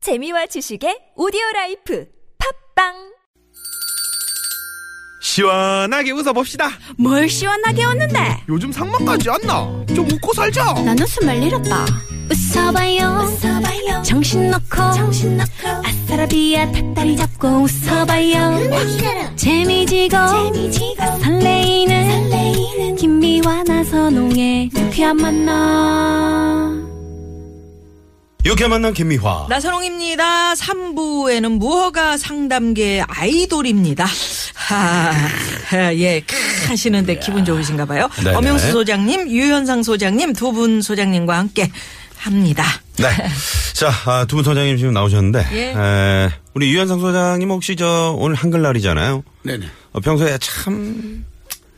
재미와 지식의 오디오 라이프 팝빵 시원하게 웃어봅시다. 뭘 시원하게 웃는데 요즘 상만까지 안 나. 좀 웃고 살자. 난 웃음을 잃었다 웃어봐요, 정신 놓고 아싸라비아 닭다리 잡고 웃어봐요 재미지고, 설레이는, 김미와 나선홍의 유쾌한 만남 이렇게 만난 김미화. 나선홍입니다. 3부에는 무허가 상담계 아이돌입니다. 하, 하, 예, 크 하시는데 기분 좋으신가 봐요. 네네. 엄영수 소장님, 유현상 소장님 두 분 소장님과 함께 합니다. 네. 자, 아, 두분 소장님 지금 나오셨는데. 예. 에, 우리 유현상 소장님 혹시 저 오늘 한글날이잖아요. 네네. 어, 평소에 참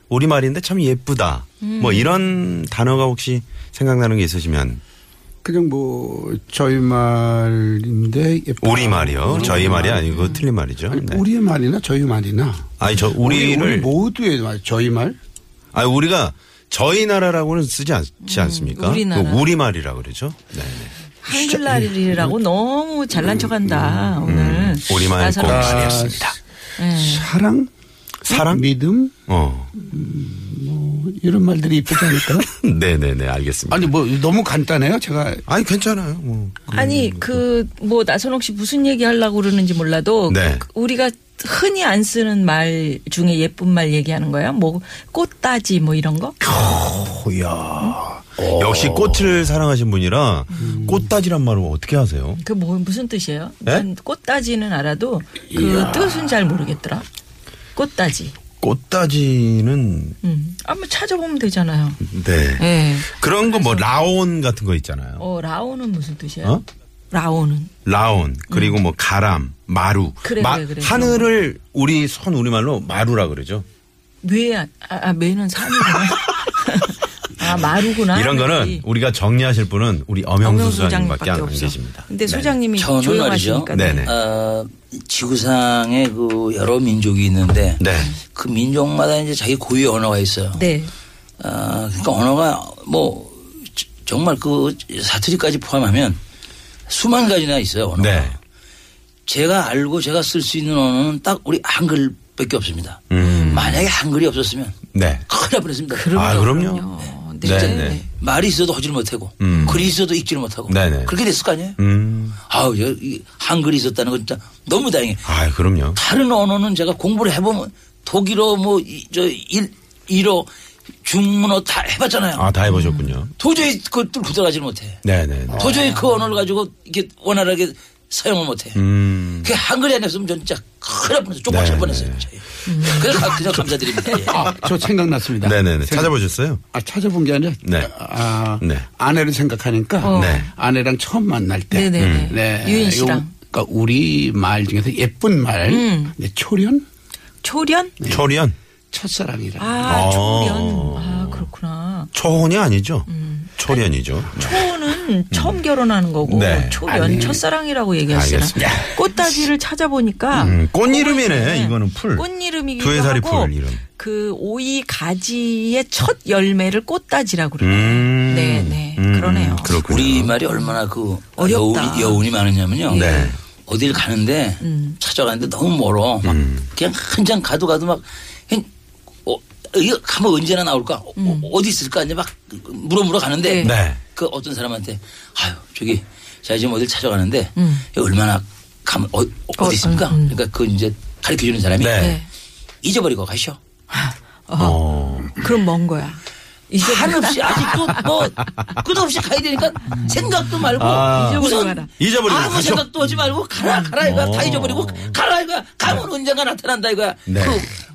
우리말인데 참 예쁘다. 뭐 이런 단어가 혹시 생각나는 게 있으시면 그냥 뭐 저희 말인데 예뻐. 우리 말이요. 저희 말이 아니고 틀린 말이죠. 아, 아니, 네. 우리의 말이나 저희 말이나 아니 저 우리, 우리를 우리 뭐- 모두의 말 저희 말 아니 우리가 저희 나라라고는 쓰지 않지 않습니까? 뭐 우리나라. 우리 말이라 그러죠. 네. 한글날이라고 너무 잘난 척한다 오늘. 음. 우리 말 나선홍 씨. 공신이었습니다. 사랑 사랑? 믿음 어. 이런 말들이 이쁘지 않을까? 네네네 알겠습니다. 아니 뭐 너무 간단해요. 제가 아니 괜찮아요. 뭐. 아니 그 뭐 나선홍 씨 무슨 얘기 하려고 그러는지 몰라도 네. 그- 우리가 흔히 안 쓰는 말 중에 예쁜 말 얘기하는 거야? 뭐 꽃다지 뭐 이런 거? 호야. 역시 꽃을 사랑하신 분이라 꽃다지란 말을 어떻게 하세요? 그 뭐, 무슨 뜻이에요? 네? 난 꽃다지는 알아도 그 뜻은 잘 모르겠더라. 꽃다지. 꽃다지는 음. 한번 찾아보면 되잖아요. 네. 예. 그런 거 뭐 라온 같은 거 있잖아요. 어, 라오는 무슨 뜻이에요? 어? 라오는. 라온 그리고 뭐 가람, 마루. 그래, 그래, 그래. 하늘을 우리 손 우리말로 마루라 그러죠. 뇌, 아, 아, 매는 산이구나. 아, 마루구나. 이런 거는 그렇지. 우리가 정리하실 분은 우리 네. 엄영수 엄영수 소장님밖에 안 없어. 계십니다. 근데 네. 소장님이 저는 조용하시니까. 말이죠. 네네. 어, 지구상에 그 여러 민족이 있는데 네. 그 민족마다 이제 자기 고유의 언어가 있어요. 네. 아, 그러니까 언어가 뭐 저- 정말 그 사투리까지 포함하면 수만 가지나 있어요. 언어가. 네. 제가 알고 제가 쓸 수 있는 언어는 딱 우리 한글밖에 없습니다. 음. 만약에 한글이 없었으면 네. 큰일 날 뻔했습니다. 아, 그럼요. 어, 네. 네, 네. 네. 말이 있어도 하지를 못하고 음. 글이 있어도 읽지를 못하고 네네. 그렇게 됐을 거 아니에요? 음. 아우 여- 이 한글이 있었다는 건 진짜 너무 다행이에요. 아, 그럼요. 다른 언어는 제가 공부를 해보면 독일어 뭐, 뭐저일 일어 중문어 다 해봤잖아요. 아, 다 해보셨군요. 도저히 그걸 뚫고 들어가지 못해. 네네. 도저히 그 언어를 가지고 이게 원활하게 사용을 못해. 음. 그 한글이 안 했으면 저는 진짜 큰일 날 뻔했어요. 쪽팔릴 네, 뻔했어요. 네. 진짜. 그래서 가- 그냥 감사드립니다. 예. 아, 저 생각났습니다. 네네네. 생각- 찾아보셨어요? 아, 찾아본 게 아니라 네. 아, 네. 아내를 생각하니까 네. 아내랑 처음 만날 때 어. 네네네. 음. 유인 씨랑. 그러니까 우리 말 중에서 예쁜 말 음. 네, 초련 초련? 초련? 첫사랑이라. 아, 어. 초련. 아, 그렇구나. 초혼이 아니죠. 초련이죠. 초는 처음 결혼하는 거고 네. 초연 첫사랑이라고 얘기하시나 알겠습니다. 꽃다지를 네, 찾아보니까 음, 꽃 이름이네. 꽃이네. 이거는 풀. 꽃 이름이기도 두해살이 하고 풀 이름. 그 오이 가지의 첫 열매를 꽃다지라고 그래요. 음. 네, 네. 그러네요. 그렇군요. 우리 말이 얼마나 그 어렵다. 음. 여운이, 여운이 많으냐면요. 네. 어딜 가는데 찾아가는데 너무 멀어. 막 음. 그냥 한장 가도 가도 막 그냥 어, 이거 가면 언제나 나올까? 어, 어디 있을까? 이제 막 물어 물어 가는데 음. 네. 네. 그 어떤 사람한테 아유 저기 제가 지금 어딜 찾아가는데 음. 이거 얼마나 가면 어, 디 있습니까? 그러니까 그 이제 가르쳐 주는 사람이 네. 잊어버리고 가셔. 어. 그럼 먼 거야. 이제 한없이 아직도 뭐 끝없이 가야 되니까 생각도 말고 아. 잊어버리고 우선 가라. 잊어버리고 아무 가죠. 생각도 하지 말고 가라 가라 이거 다 어. 잊어버리고 가라 이거 가면 언젠가 나타난다 이거야 네. 그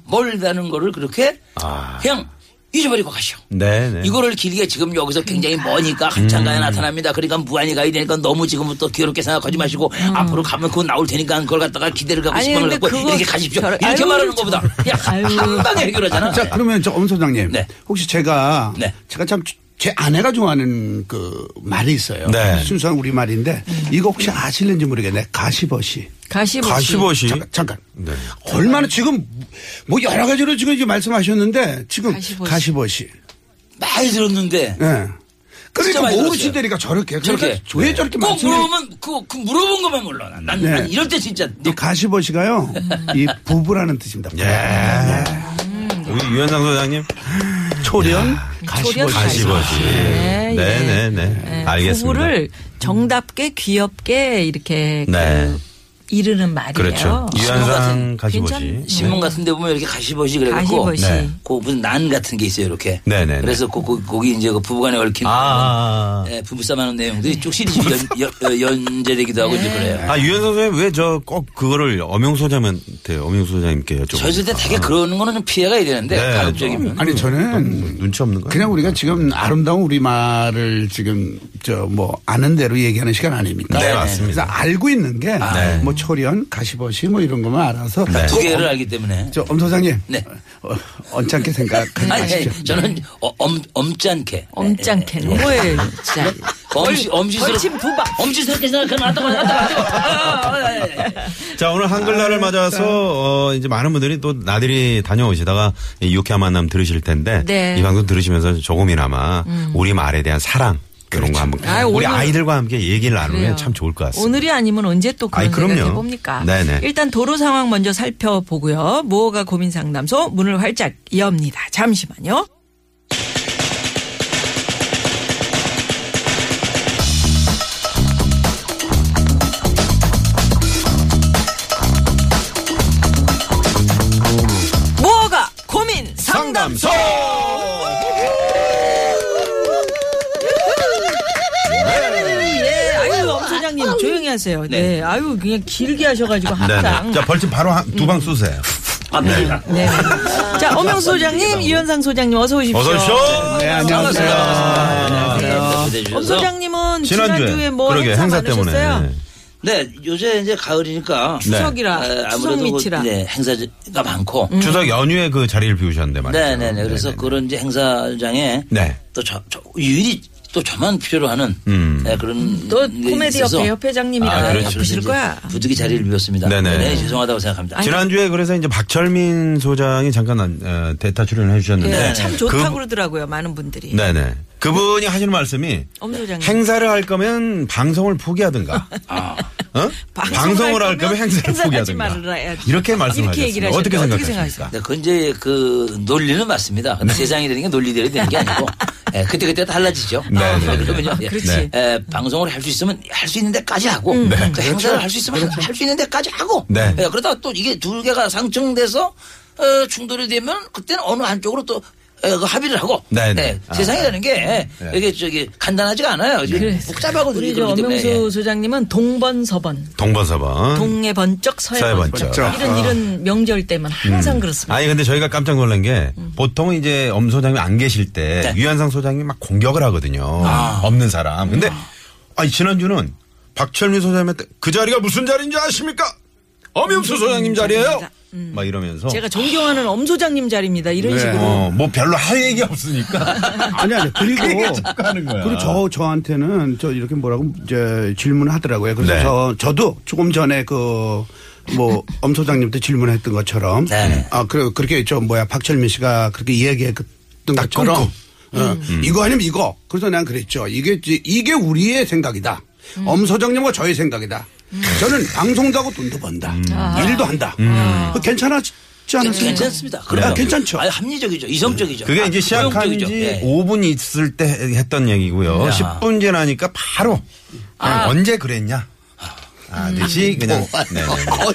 멀다는 거를 그렇게 아. 그냥 잊어버리고 가시오. 네네. 음. 이거를 길게 지금 여기서 굉장히 음. 머니까 한참 가야 나타납니다. 그러니까 무한히 가야 되니까 너무 지금부터 괴롭게 생각하지 마시고 앞으로 가면 그거 나올 테니까 그걸 갖다가 기대를 갖고 음. 아니, 희망을 근데 갖고 그거 이렇게 가십시오. 저러- 이렇게 아유, 말하는 것보다 그냥 아유. 한 방에 해결하잖아. 네. 자, 그러면 저 엄 소장님. 네. 혹시 제가 네. 제가 참 제 아내가 좋아하는 그 말이 있어요. 네. 순수한 우리 말인데 음. 이거 혹시 아실는지 모르겠네. 가시버시. 가시보시. 가시버시. 잠깐, 잠깐. 네. 얼마나 지금 뭐 여러 가지로 지금 이제 말씀하셨는데 지금 가시버시. 가시버시. 많이 들었는데 예. 진짜 그러니까 많이 들었어요. 모르시다니까 저렇게. 저렇게 네. 그러니까 왜 저렇게 꼭 말씀을- 물어보면 그, 그 물어본 것만 몰라. 난, 난 네. 이럴 때 진짜 이 가시보시가요. 이 부부라는 뜻입니다. 예. 우리 유현상 소장님. 초련 초련 가시보시. 네, 네네네. 네, 알겠습니다. 부부를 정답게 귀엽게 이렇게 네. 그 이르는 말이에요. 그렇죠. 유현상 같은 가시보시. 괜찮- 신문 같은 데 보면 이렇게 가시버시 그래갖고 가시버시. 네. 그 무슨 난 같은 게 있어요 이렇게. 네네네. 그래서 그, 그, 거기 이제 그 부부간에 얽힌 아, 아, 아. 예, 부부싸움하는 내용들이 쭉 시리즈 연, 연, 연재되기도 하고 이제 그래요. 아, 유현상 소장님 왜 저 꼭 그거를 엄영소장한테, 엄영소장님께 여쭤보세요. 저희들 때 되게 그러는 거는 좀 피해가 되는데 네, 가급적이면. 아니 음. 저는 눈치 없는 거예요. 그냥 우리가 지금 아름다운 우리말을 지금 저 뭐 아는 대로 얘기하는 시간 아닙니까? 네, 맞습니다. 그래서 알고 있는 게 아, 뭐 네. 초련, 가시버시 뭐 이런 것만 알아서 네. 두 개를 알기 때문에. 저엄 소장님 네. 어, 언짢게 생각하지 아니, 아니, 마십시오. 저는 어, 엄, 엄짠케. 엄짱캔 뭐예요, 진짜. 엄시, 엄시스럽, 벌침 두 방. 엄시스럽게 생각하면 안 되고, 안 되고, 안 되고. 아, 아, 아, 아, 아. 자, 오늘 아, 한글날을 맞아서, 어, 이제 많은 분들이 또 나들이 다녀오시다가 이 유쾌한 만남 들으실 텐데. 네. 음. 이 방송 들으시면서 조금이나마 우리 말에 대한 사랑. 이런 거 한번. 그렇죠. 아유, 우리 오늘- 아이들과 함께 얘기를 나누면 그래요. 참 좋을 것 같습니다. 오늘이 아니면 언제 또 그런 아이, 그럼요. 생각해 봅니까? 네네. 일단 도로 상황 먼저 살펴보고요. 무허가 고민 상담소 문을 활짝 여옵니다. 잠시만요. 무허가 고민 상담소. 네. 예, 아유 엄 소장님 조용히 하세요. 네. 아유 그냥 길게 하셔가지고 항상. 음. 아, 네네. 자, 벌집 바로 두 방 쏘세요. 갑니다. 네. 자, 엄영수 소장님, 이현상 소장님 어서 오십시오. 네. 어서 오십시오. 네. 네, 안녕하세요. 안녕하세요. 네. 엄 소장님은 지난주에. 지난주에 뭐 그러게, 행사, 행사 때문에. 많으셨어요? 네, 요새 이제 가을이니까. 추석이라 아, 추석 아무래도 그, 밑이라. 음. 네, 행사가 많고. 추석 연휴에 그 자리를 비우셨는데 말이죠. 네네네. 그래서 네네. 그런 이제 행사장에 네. 또 저, 저 유일히 또 저만 필요로 하는 음. 네, 그런 너 게 코미디 있어서 협회 협회장님이라 아, 그렇죠. 바쁘실 거야. 음. 부득이 자리를 비웠습니다. 네네. 네, 죄송하다고 생각합니다. 지난주에 그래서 이제 박철민 소장이 잠깐 어, 대타 출연을 해주셨는데. 예, 참 좋다고 그, 그러더라고요, 많은 분들이. 네네. 그분이 하시는 말씀이 엄 소장님. 행사를 할 거면 방송을 포기하든가. 어? 방송을 방송을 할 할 거면 거면 행사를 행사를 하지 포기하든가. 말아야 돼. 이렇게 이렇게 말씀하셨습니다. 얘기를 어떻게 하셨는데 어떻게 생각하십니까? 네, 그건 이제 그 논리는 맞습니다. 네. 근데 세상이라는 게 논리대로 되는 게 아니고 예, 그때그때 달라지죠. 네, 네, 네. 그러면요. 예, 그렇지. 음. 예, 방송을 할 수 있으면 할 수 있는 데까지 하고 또 행사를 그렇죠. 할 수 있으면 할 수 있는 데까지 하고 네. 예, 그러다가 또 이게 두 개가 상충돼서 어, 충돌이 되면 그때는 어느 한쪽으로 또 예, 그 합의를 하고 네, 네. 음, 예, 아. 세상이라는 게 이게 저기 간단하지가 않아요. 이게 복잡하고 우리 그렇기 때문에, 엄영수 예. 소장님은 동번서번, 동번서번. 동해 번쩍, 서해 서해 번쩍. 번쩍. 아. 음. 이런 이런 명절 때만 항상 그렇습니다. 아니 근데 저희가 깜짝 놀란 게 보통 이제 엄 소장님 안 계실 때 네. 유한상 소장이 막 공격을 하거든요. 없는 사람. 근데 아니 지난주는 박철민 소장님한테 그 자리가 무슨 자리인지 아십니까? 엄영수 소장님 자리예요. 막 이러면서 제가 존경하는 엄 소장님 자리입니다. 이런 네. 식으로. 뭐. 어, 뭐 별로 할 얘기 없으니까 아니 아니 그리고 그러니까 자꾸 하는 아, 거야. 어. 그리고 저 저한테는 저 이렇게 뭐라고 이제 질문을 하더라고요. 그래서 네. 저 저도 조금 전에 그 뭐, 엄 소장님도 질문했던 것처럼. 네. 아, 그래, 그렇게 저 뭐야, 박철민 씨가 그렇게 이야기했던 아, 것처럼. 끊고. 어, 음, 이거 아니면 이거. 그래서 난 그랬죠. 이게, 지- 이게 우리의 생각이다. 엄 소장님과 저의 생각이다. 저는 방송도 하고 돈도 번다. 일도 한다. 그 괜찮았지 않았습니까? 음. 예, 괜찮습니다. 아, 괜찮죠. 아니, 합리적이죠. 아, 예. 이성적이지. 네, 그게 이제 시작한 지 5분 있을 때 했던 얘기고요. 야. 10분 지나니까 바로 그냥 언제 그랬냐 아듯이 그냥 네,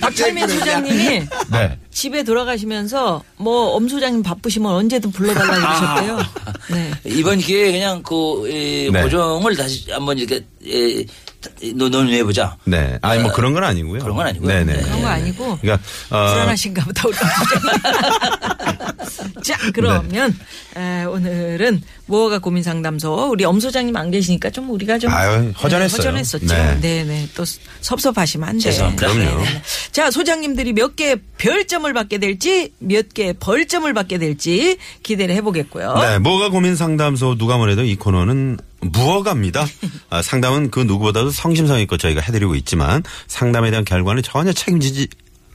박철민 소장님이 네. 네. 집에 돌아가시면서 뭐 엄 소장님 바쁘시면 언제든 불러달라고 아. 그러셨대요. 네. 이번 기회에 그냥 그 에, 네. 고정을 다시 한번 이렇게 에, 논- 논의해보자. 네. 아니, 뭐 그런 건 아니고요. 그런 건 아니고요. 네네. 네. 그런 거 아니고 그러니까, 어, 불안하신가 보다 우리 소장님. 자 그러면 네. 에, 오늘은 무허가 고민 상담소 우리 엄 소장님 안 계시니까 좀 우리가 좀 아유, 허전했어요. 네, 허전했었죠. 네. 네. 네또 섭섭하시면 안 돼요. 죄송합니다. 그럼요. 자 소장님들이 몇 개 별점을 받게 될지 몇 개 벌점을 받게 될지 기대를 해보겠고요. 네, 뭐가 고민 상담소 누가 뭐래도 이 코너는 무허가입니다. 아, 상담은 그 누구보다도 성심성의껏 저희가 해드리고 있지만 상담에 대한 결과는 전혀 책임지지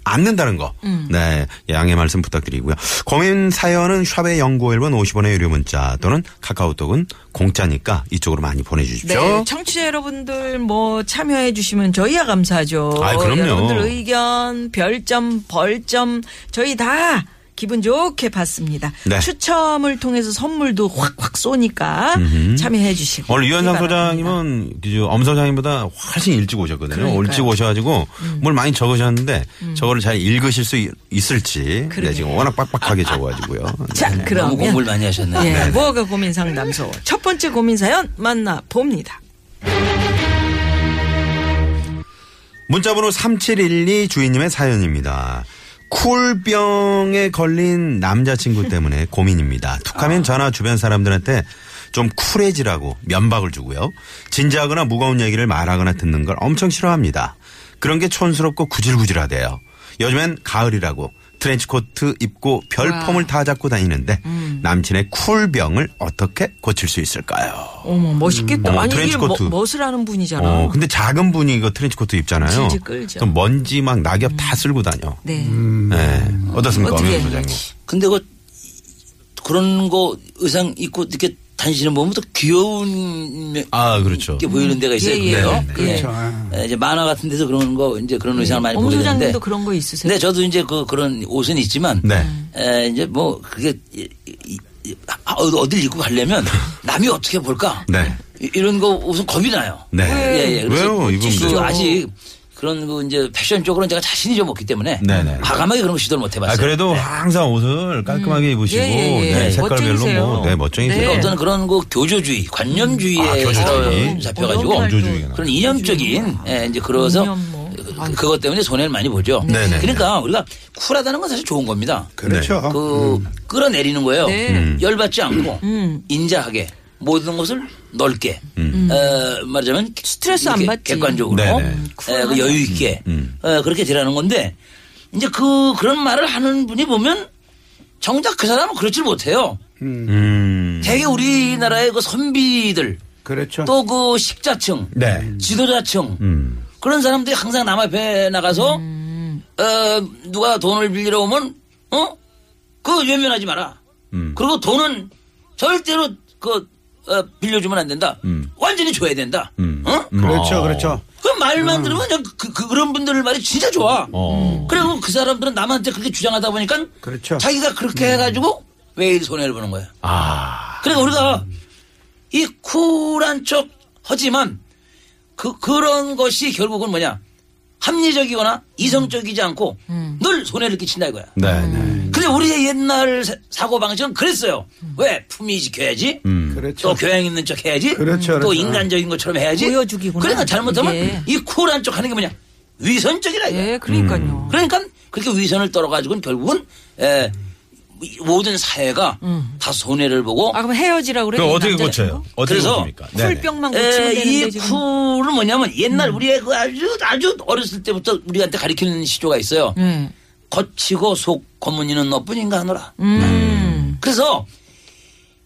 않는다는 거. 음. 네. 양해 말씀 부탁드리고요. 고민 사연은 샵의 연구 1번 50원의 유료 문자 또는 카카오톡은 공짜니까 이쪽으로 많이 보내주십시오. 네, 청취자 여러분들 뭐 참여해 주시면 저희야 감사하죠. 아이, 그럼요. 여러분들 의견, 별점, 벌점 저희 다 기분 좋게 봤습니다. 네. 추첨을 통해서 선물도 확확 쏘니까 참여해 주시고. 오늘 유현상 바랍니다. 소장님은 그저 엄 소장님보다 훨씬 일찍 오셨거든요. 그러니까요. 음. 일찍 오셔가지고 뭘 많이 적으셨는데 저거를 잘 읽으실 수 있- 있을지 네, 지금 워낙 빡빡하게 적어가지고요. 자, 네. 너무 그러면 공부를 많이 하셨네요. 예, 무허가 고민 상담소 첫 번째 고민 사연 만나 봅니다. 문자번호 3712 주인님의 사연입니다. 쿨병에 걸린 남자친구 때문에 고민입니다. 툭하면 전화 주변 사람들한테 좀 쿨해지라고 면박을 주고요. 진지하거나 무거운 얘기를 말하거나 듣는 걸 엄청 싫어합니다. 그런 게 촌스럽고 구질구질하대요. 요즘엔 가을이라고 트렌치코트 입고 별폼을 다 잡고 다니는데 남친의 쿨병을 어떻게 고칠 수 있을까요? 어머 멋있겠다. 음. 어머, 아니 이게 뭐, 트렌치코트. 멋을 하는 분이잖아. 어, 근데 작은 분이 이거 트렌치코트 입잖아요. 질질 끌죠. 그럼 먼지 막 낙엽 다 쓸고 다녀. 네. 네. 어떻습니까, 엄영 어떻게 해야 소장님? 되지? 근데 그 그런 거 의상 입고 이렇게 다니시는 보면 또 귀여운 게 아, 그렇죠. 보이는 데가 있어요. 예, 예. 예. 그래요? 네, 예. 그렇죠. 아. 예, 이제 만화 같은 데서 그런 거 이제 그런 의상을 많이 엄 보게 되는데. 소장님도 그런 거 있으세요? 네, 저도 이제 그 그런 옷은 있지만 네. 에, 이제 뭐 그게 이- 이- 이- 아, 어, 어딜 입고 가려면 남이 어떻게 볼까? 네. 이- 이런 거 우선 겁이 나요. 네. 예, 예. 그래서 왜요? 이분 그 뭐- 아직 그런 그 이제 패션 쪽으로는 제가 자신이 좀 없기 때문에 네네. 과감하게 그런 거 시도를 못 해봤어요. 아, 그래도 항상 옷을 깔끔하게 입으시고, 예, 예, 예. 네, 색깔별로 멋쟁이세요. 뭐, 네, 멋쟁이세요. 네. 어떤 그런 그 교조주의, 관념주의에 아, 교조주의. 서 잡혀가지고 어려운 원조주의가 나와요. 그런 이념적인 예, 이제 그래서 이념 뭐. 그- 그것 때문에 손해를 많이 보죠. 네네. 그러니까 우리가 쿨하다는 건 사실 좋은 겁니다. 그렇죠. 어? 그 음. 끌어내리는 거예요. 음. 네. 음. 열받지 않고 인자하게 모든 것을 넓게 어, 말하자면 음. 스트레스 안 이렇게 받지. 어? 객관적으로 음. 네네. 음, 에, 그 여유 있게 어, 그렇게 되라는 건데 이제 그 그런 말을 하는 분이 보면 정작 그 사람은 그렇지 못해요. 음. 대개 우리나라의 그 선비들 그렇죠. 또 그 식자층, 네. 지도자층 음. 그런 사람들이 항상 남 앞에 나가서 음. 어, 누가 돈을 빌리러 오면 어 그거 외면하지 마라. 음. 그리고 돈은 절대로 그 어, 빌려주면 안 된다. 완전히 줘야 된다. 어? 그렇죠. 어. 그렇죠. 그 말만 들으면 그냥 그, 런 분들 말이 진짜 좋아. 어. 그리고 그 사람들은 남한테 그렇게 주장하다 보니까 그렇죠. 자기가 그렇게 해가지고 매일 손해를 보는 거야. 아. 그러니까 우리가 이 쿨한 척 하지만 그 그런 것이 결국은 뭐냐 합리적이거나 이성적이지 않고 음. 늘 손해를 끼친다 이거야. 네, 네. 근데 우리의 옛날 사고 방식은 그랬어요. 음. 왜 품위 지켜야지. 음. 그렇죠. 또 교양 있는 척 해야지. 그렇죠, 또 그렇죠. 인간적인 것처럼 해야지. 보여주기구나. 그러니까 잘못하면 예. 이 쿨한 척 하는 게 뭐냐 위선적이라 네. 이거야. 예, 그러니까요. 음. 그러니까 그렇게 위선을 떨어가지고는 결국은 에, 모든 사회가 음. 다 손해를 보고 아 그럼 헤어지라고 그래? 그 이 어떻게 남자- 고쳐요? 어떻게 그래서 고칩니까? 네, 네. 술병만 고치면 에, 이 되는데 지금. 쿨은 뭐냐면 옛날 음. 우리의 그 아주 아주 어렸을 때부터 우리한테 가리키는 시조가 있어요. 네. 거치고 속 고문이는 너뿐인가 하노라. 음. 네. 그래서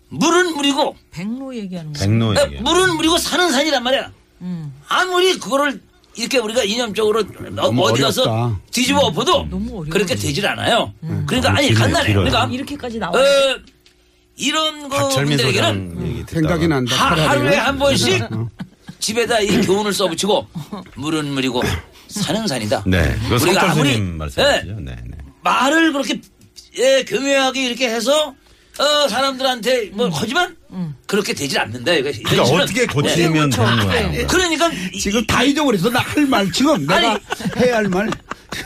물은 물이고 백로 얘기하는 거. 백노 에, 뭐 얘기. 물은 물이고 산은 산이란 말이야. 음. 아무리 그거를 이렇게 우리가 이념적으로 어, 너무 어디 가서 어렵다. 뒤집어 엎어도 어려워요. 음. 그렇게 되질 않아요. 그러니까 아니 음. 길어요, 간단해. 길어요. 그러니까 이렇게까지 어, 나와요. 이런 거 박철민 음. 분들에게는 소장 얘기 듣다가. 생각이 난다. 하, 차라리. 어, 하루에 한 번씩 집에다 이 교훈을 써붙이고 물은 물이고 산은 산이다. 네. 이거 우리가 성철 아무리 선생님 말씀이시죠? 예, 네, 네. 말을 그렇게 예, 교묘하게 이렇게 해서 어, 사람들한테 뭐 하지만 음. 그렇게 되질 않는다. 이거 음. 그러니까 어떻게 고치면 되는 거예요? 예. 네. 그러니까 이- 지금 다 잊어버렸어. 나 할 말 지금 내가 아니. 해야 할 말.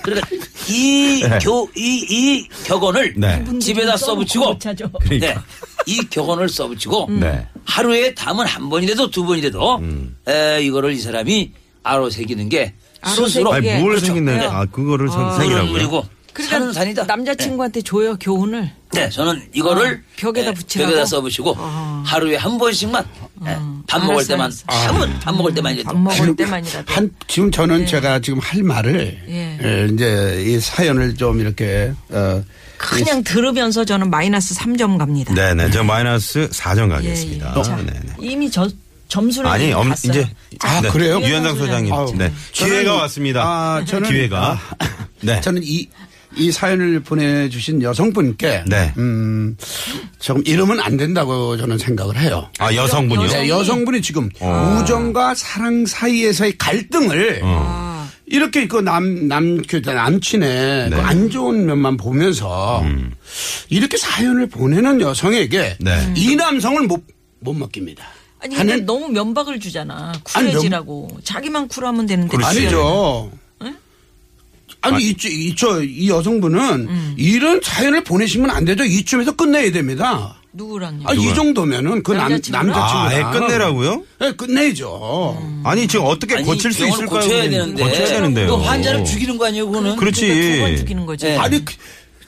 그러니까 이 네. 교 이 이 격언을 네. 집에다 써붙이고 고쳐줘. 음. 그러니까. 네. 이 격언을 써붙이고 네. 음. 하루에 담은 한 번이라도 두 번이라도 에, 이거를 이 사람이 아로새기는 게 아로새기. 스스로 아니, 예, 뭘 그렇죠. 생겼나요? 네. 아, 그거를 생- 물은 생기라고요? 물이고 산은 그러니까 산이다. 남자친구한테 줘요 교훈을. 네, 네, 저는 이거를 어, 벽에다 예, 붙이라고? 아. 벽에다 써붙이고 하루에 한 번씩만 예, 밥 먹을 알았어, 때만 알았어. 음, 한번 밥 먹을 때만이라도 밥 먹을 지금 때만이라도. 한 지금 저는 제가 지금 할 말을 예. 예, 이제 이 사연을 좀 이렇게 어, 그냥 들으면서 저는 마이너스 3점 갑니다. 네, 네. 저 마이너스 4점 예, 예. 가겠습니다. 자, 네, 네. 이미 저 점수를 아니, 이미 엄, 봤어요. 이제 아, 네. 그래요? 유현상 소장님. 소장님. 아유, 네. 저는- 기회가 왔습니다. 아, 저는- 기회가. 네. 저는 이, 이 사연을 보내주신 여성분께 네. 음, 조금 이러면 안 된다고 저는 생각을 해요. 아, 여성분이요? 어. 네, 여성분이 지금 우정과 사랑 사이에서의 갈등을 어. 이렇게 그 남 남 그 네. 남친의 그 안 좋은 면만 보면서 이렇게 사연을 보내는 여성에게 음. 네. 이 남성을 못 못 맡깁니다. 아니 근데 하는- 너무 면박을 주잖아. 아니, 쿨해지라고. 자기만 쿨하면 되는데. 그렇지. 아니죠. 네? 아니, 이, 이, 저, 이 여성분은 음. 이런 사연을 보내시면 안 되죠. 이쯤에서 끝내야 됩니다. 누구랑요? 아, 이 정도면은 그 남, 남자친구랑? 음. 남자친구랑. 아, 애 끝내라고요? 예, 끝내죠. 아니, 지금 어떻게 아니, 고칠 수 병원을 있을까요? 고쳐야 되는데. 고쳐야 되는데요. 그 환자를 죽이는 거 아니에요, 그거는? 그러니까 두번 그렇지. 죽이는 거지. 예. 아니, 그-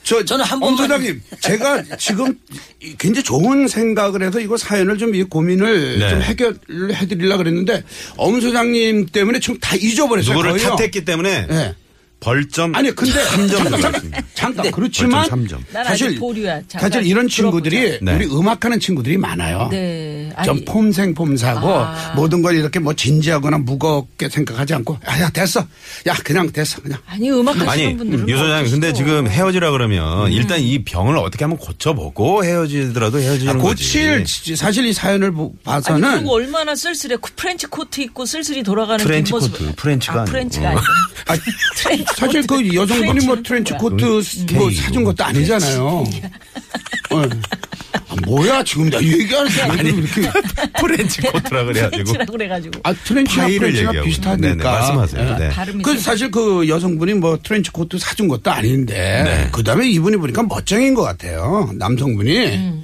저, 저는 한 엄 번만- 소장님, 제가 지금 이- 굉장히 좋은 생각을 해서 이거 사연을 좀 이 고민을 네. 좀 해결을 해드리려고 그랬는데 엄 소장님 때문에 지금 다 잊어버렸어요. 누구를 거의요. 탓했기 때문에 예. 벌점 아니 근데 3점 잠깐 받았습니다. 잠깐, 잠깐 그렇지만 벌점 삼 점. 네. 난 아직 사실 보류야. 잠깐 사실 이런 들어보자. 친구들이 네. 우리 음악하는 친구들이 많아요. 네. 아니, 아. 좀 폼생 폼사고 모든 걸 이렇게 뭐 진지하거나 무겁게 생각하지 않고 아야 됐어 야 그냥 됐어 그냥 아니 음악 아니 하시는 분들은 뭐 유 소장님 근데 어떠시죠? 지금 헤어지라 그러면 일단 이 병을 어떻게 한번 고쳐보고 헤어지더라도 헤어지는 아, 고칠 거지. 지- 사실 이 사연을 보- 아니 봐서는 그리고 얼마나 쓸쓸해. 그 프렌치 코트 입고 쓸쓸히 돌아가는 그 프렌치 뒷모습. 코트, 프렌치가 아, 아니고. 프렌치가 아니고. 아, 사실 그 여성분이 뭐 트렌치 코트 뭐 K, 사준 것도 아니잖아요. 어. 아, 뭐야 지금 나 얘기하는 게 아니고 이렇게 프렌치 코트라 그래가지고 프렌치라고 그래가지고. 아 트렌치와 파이를 프렌치가 얘기하고. 비슷하니까 네네, 말씀하세요. 네. 발음이 그 좀- 사실 그 여성분이 뭐 트렌치 코트 사준 것도 아닌데 네. 그다음에 이분이 보니까 멋쟁인 것 같아요 남성분이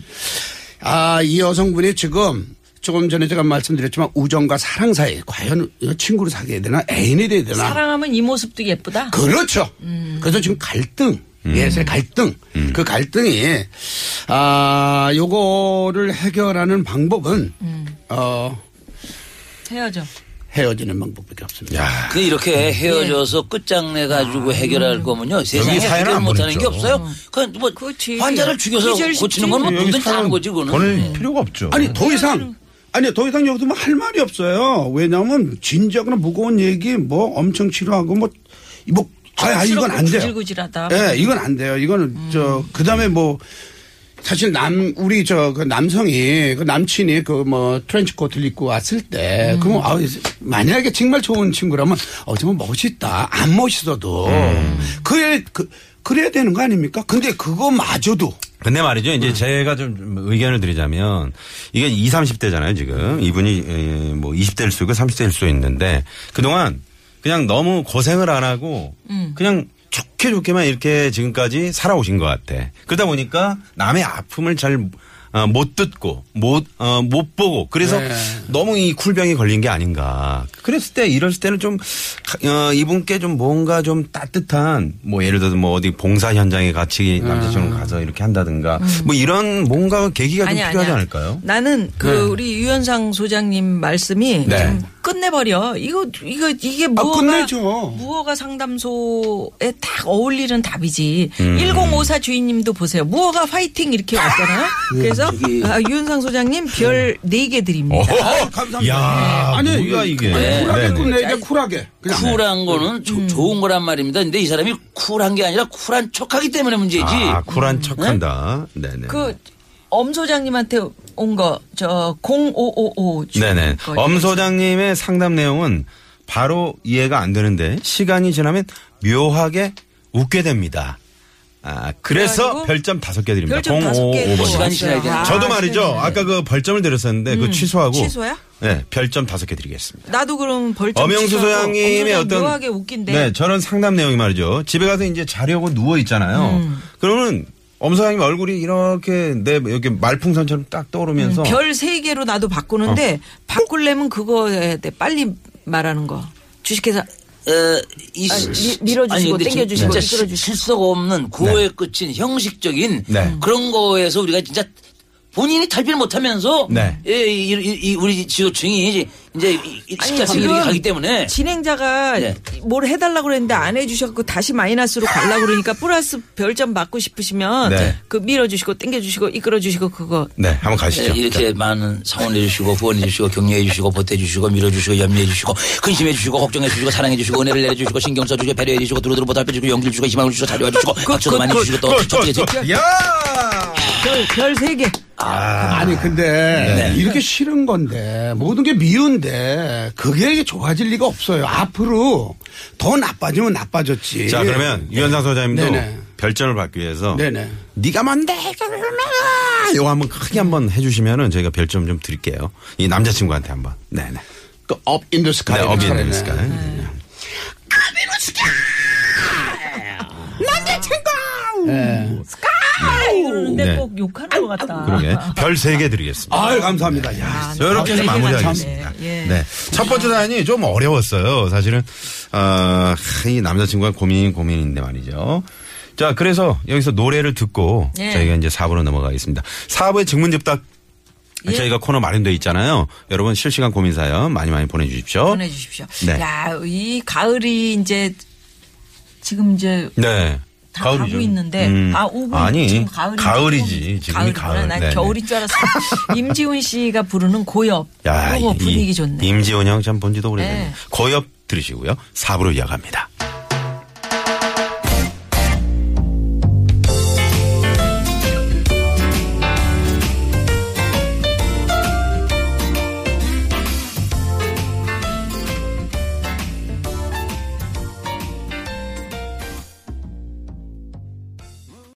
아 이 여성분이 지금 조금 전에 제가 말씀드렸지만 우정과 사랑 사이 과연 이거 친구로 사귀어야 되나 애인이 돼야 되나 사랑하면 이 모습도 예쁘다. 그렇죠 그래서 지금 갈등 예세 갈등 그 갈등이 아 요거를 해결하는 방법은 어 헤어져. 헤어지는 방법밖에 없습니다. 그 음, 이렇게 헤어져서 예. 끝장내 가지고 해결할 거면요. 세상에 사연은 해결 안 못하는 게 보냈죠. 없어요. 그뭐 음. 그렇지. 환자를 죽여서 기절시키지. 고치는 건 뭐든지 하는 거지 그거는. 네. 보낼 필요가 없죠. 아니 더 이상 아니 더 이상 여기서 뭐 할 말이 없어요. 왜냐하면 진지하거나 무거운 얘기 뭐 엄청 치료하고 뭐뭐 아, 아 이건 안 돼요. 구질구질하다. 예, 이건 안 돼요. 이거는 저 그다음에 뭐 사실 남 우리 저 그 남성이 그 남친이 그 뭐 트렌치 코트를 입고 왔을 때 그러면 아 만약에 정말 좋은 친구라면 어 정말 멋있다 안 멋있어도 그에 그 그래야 되는 거 아닙니까? 근데 그거마저도 근데 말이죠. 이제 제가 좀 의견을 드리자면 이게 20, 30대잖아요. 지금 이분이 에, 뭐 20대일 수고 30대일 수 있는데 그동안 그냥 너무 고생을 안 하고 그냥 좋게 좋게만 이렇게 지금까지 살아오신 것 같아. 그러다 보니까 남의 아픔을 잘 어, 못 듣고 못, 어, 못 보고 그래서 네. 너무 이 쿨병이 걸린 게 아닌가. 그랬을 때 이럴 때는 좀 어, 이분께 좀 뭔가 좀 따뜻한 뭐 예를 들어서 뭐 어디 봉사 현장에 같이 음. 남자친구 가서 이렇게 한다든가 뭐 이런 뭔가 계기가 좀 필요하지 않을까요? 나는 그 우리 유현상 소장님 말씀이 네. 아, 좀 끝내버려. 이거 이거 이게 무허가 끝내죠. 무허가 상담소에 딱 어울리는 답이지. 음. 1054 주인님도 보세요. 무허가 화이팅 이렇게 왔잖아요. 네, 그래서 아, 유현상 소장님 별 네 개 드립니다. 아, 어. 아, 감사합니다. 야, 아니, 네. 뭐야 이게? 아니, 쿨하게 네네. 끝내야 돼, 쿨하게. 네. 그냥. 쿨한 거는 조- 음. 좋은 거란 말입니다. 근데 이 사람이 쿨한 게 아니라 쿨한 척하기 때문에 문제지. 음. 아 쿨한 네. 척한다. 네네. 그 엄 소장님한테 온 거 저 0555 네네. 엄 소장님의 상담 내용은 바로 이해가 안 되는데 시간이 지나면 묘하게 웃게 됩니다. 아 그래서 그래가지고 별점 다섯 개 드립니다. 별점 다섯 개 아, 055 번. 시간이 지나야 되나? 저도 말이죠. 아까 그 벌점을 드렸었는데 그거 취소하고 취소야? 네, 별점 다섯 개 드리겠습니다. 나도 그럼 벌점 엄영수 취소하고 소장님의 엄 소장님 어떤 묘하게 웃긴데 네 저런 상담 내용이 말이죠 집에 가서 이제 자려고 누워 있잖아요 음. 그러면 엄 소장님 얼굴이 이렇게 내 이렇게 말풍선처럼 딱 떠오르면서 음, 별 세 개로 어. 나도 바꾸는데 바꾸려면 그거 해야 돼. 빨리 말하는 거. 주식회사 어, 이 아니, 미- 시- 밀어주시고 아니, 근데 진- 땡겨주시고 진짜 이끌어주시고. 실속 없는 구호에 끝인 형식적인 네. 그런 거에서 우리가 진짜 본인이 탈피를 못하면서 네. 예, 이, 이- 이 우리 지도층이 이제 이제 이- 이 식자층이 이렇게 가기 때문에 진행자가 네. 뭘 해달라고 그랬는데 안 해주셨고 다시 마이너스로 가려고 그러니까 플러스 별점 받고 싶으시면 네. 그 밀어주시고 땡겨주시고 이끌어주시고 그거 네, 한번 예, 가시죠. 이렇게 많은 성원해 주시고 후원해 주시고 격려해 주시고 보태 주시고 밀어 주시고 염려해 주시고 근심해 주시고 걱정해 주시고 사랑해 주시고 은혜를 내려 주시고 신경 써 주시고 배려해 주시고 두루두루 보살펴 주시고 용기를 주시고 희망을 주시고 자료해 주시고 그, 박수도 많이 주시고 또 적게 주시고 자, 야! 별세개 아니 네. 근데 이렇게 싫은 건데 모든 게 미운데 그게 이게 좋아질 리가 없어요. 앞으로 더 나빠지면 나빠졌지. 자, 그러면 유현상 소장님도 예. 네네. 별점을 받기 위해서 네네. 네가 뭔데? 이거 한번 크게 한번 해주시면은 저희가 별점 좀 드릴게요. 이 남자친구한테 한번. 네네. 그 업인더 스카이. 네, 어비앤드스카. 이러는데 네. 꼭 욕하는 것 같다. 그러게. 예. 별 세 개 드리겠습니다. 아유 감사합니다. 야, 이렇게 해서 네, 마무리하겠습니다. 예. 네. 첫 번째 사연이 좀 어려웠어요. 사실은, 아, 이 남자친구가 고민인 고민인데 말이죠. 자, 그래서 여기서 노래를 듣고 예. 저희가 이제 4부로 넘어가겠습니다. 4부의 증문 접답 예. 저희가 코너 마련돼 있잖아요. 여러분 실시간 고민 사연 많이 많이 보내주십시오. 보내주십시오. 네. 야, 이 가을이 이제 지금 이제 네. 음. 다 가고 있는데 아 오고 아니 지금 가을이 가을이지 지금 가을이구나. 가을. 난 네, 네. 겨울인 줄 알았어. 임지훈 씨가 부르는 고엽. 야, 야, 이- 분위기 좋네. 임지훈 형참 본지도 오래됐네. 네. 고엽 들으시고요. 4부로 이어갑니다.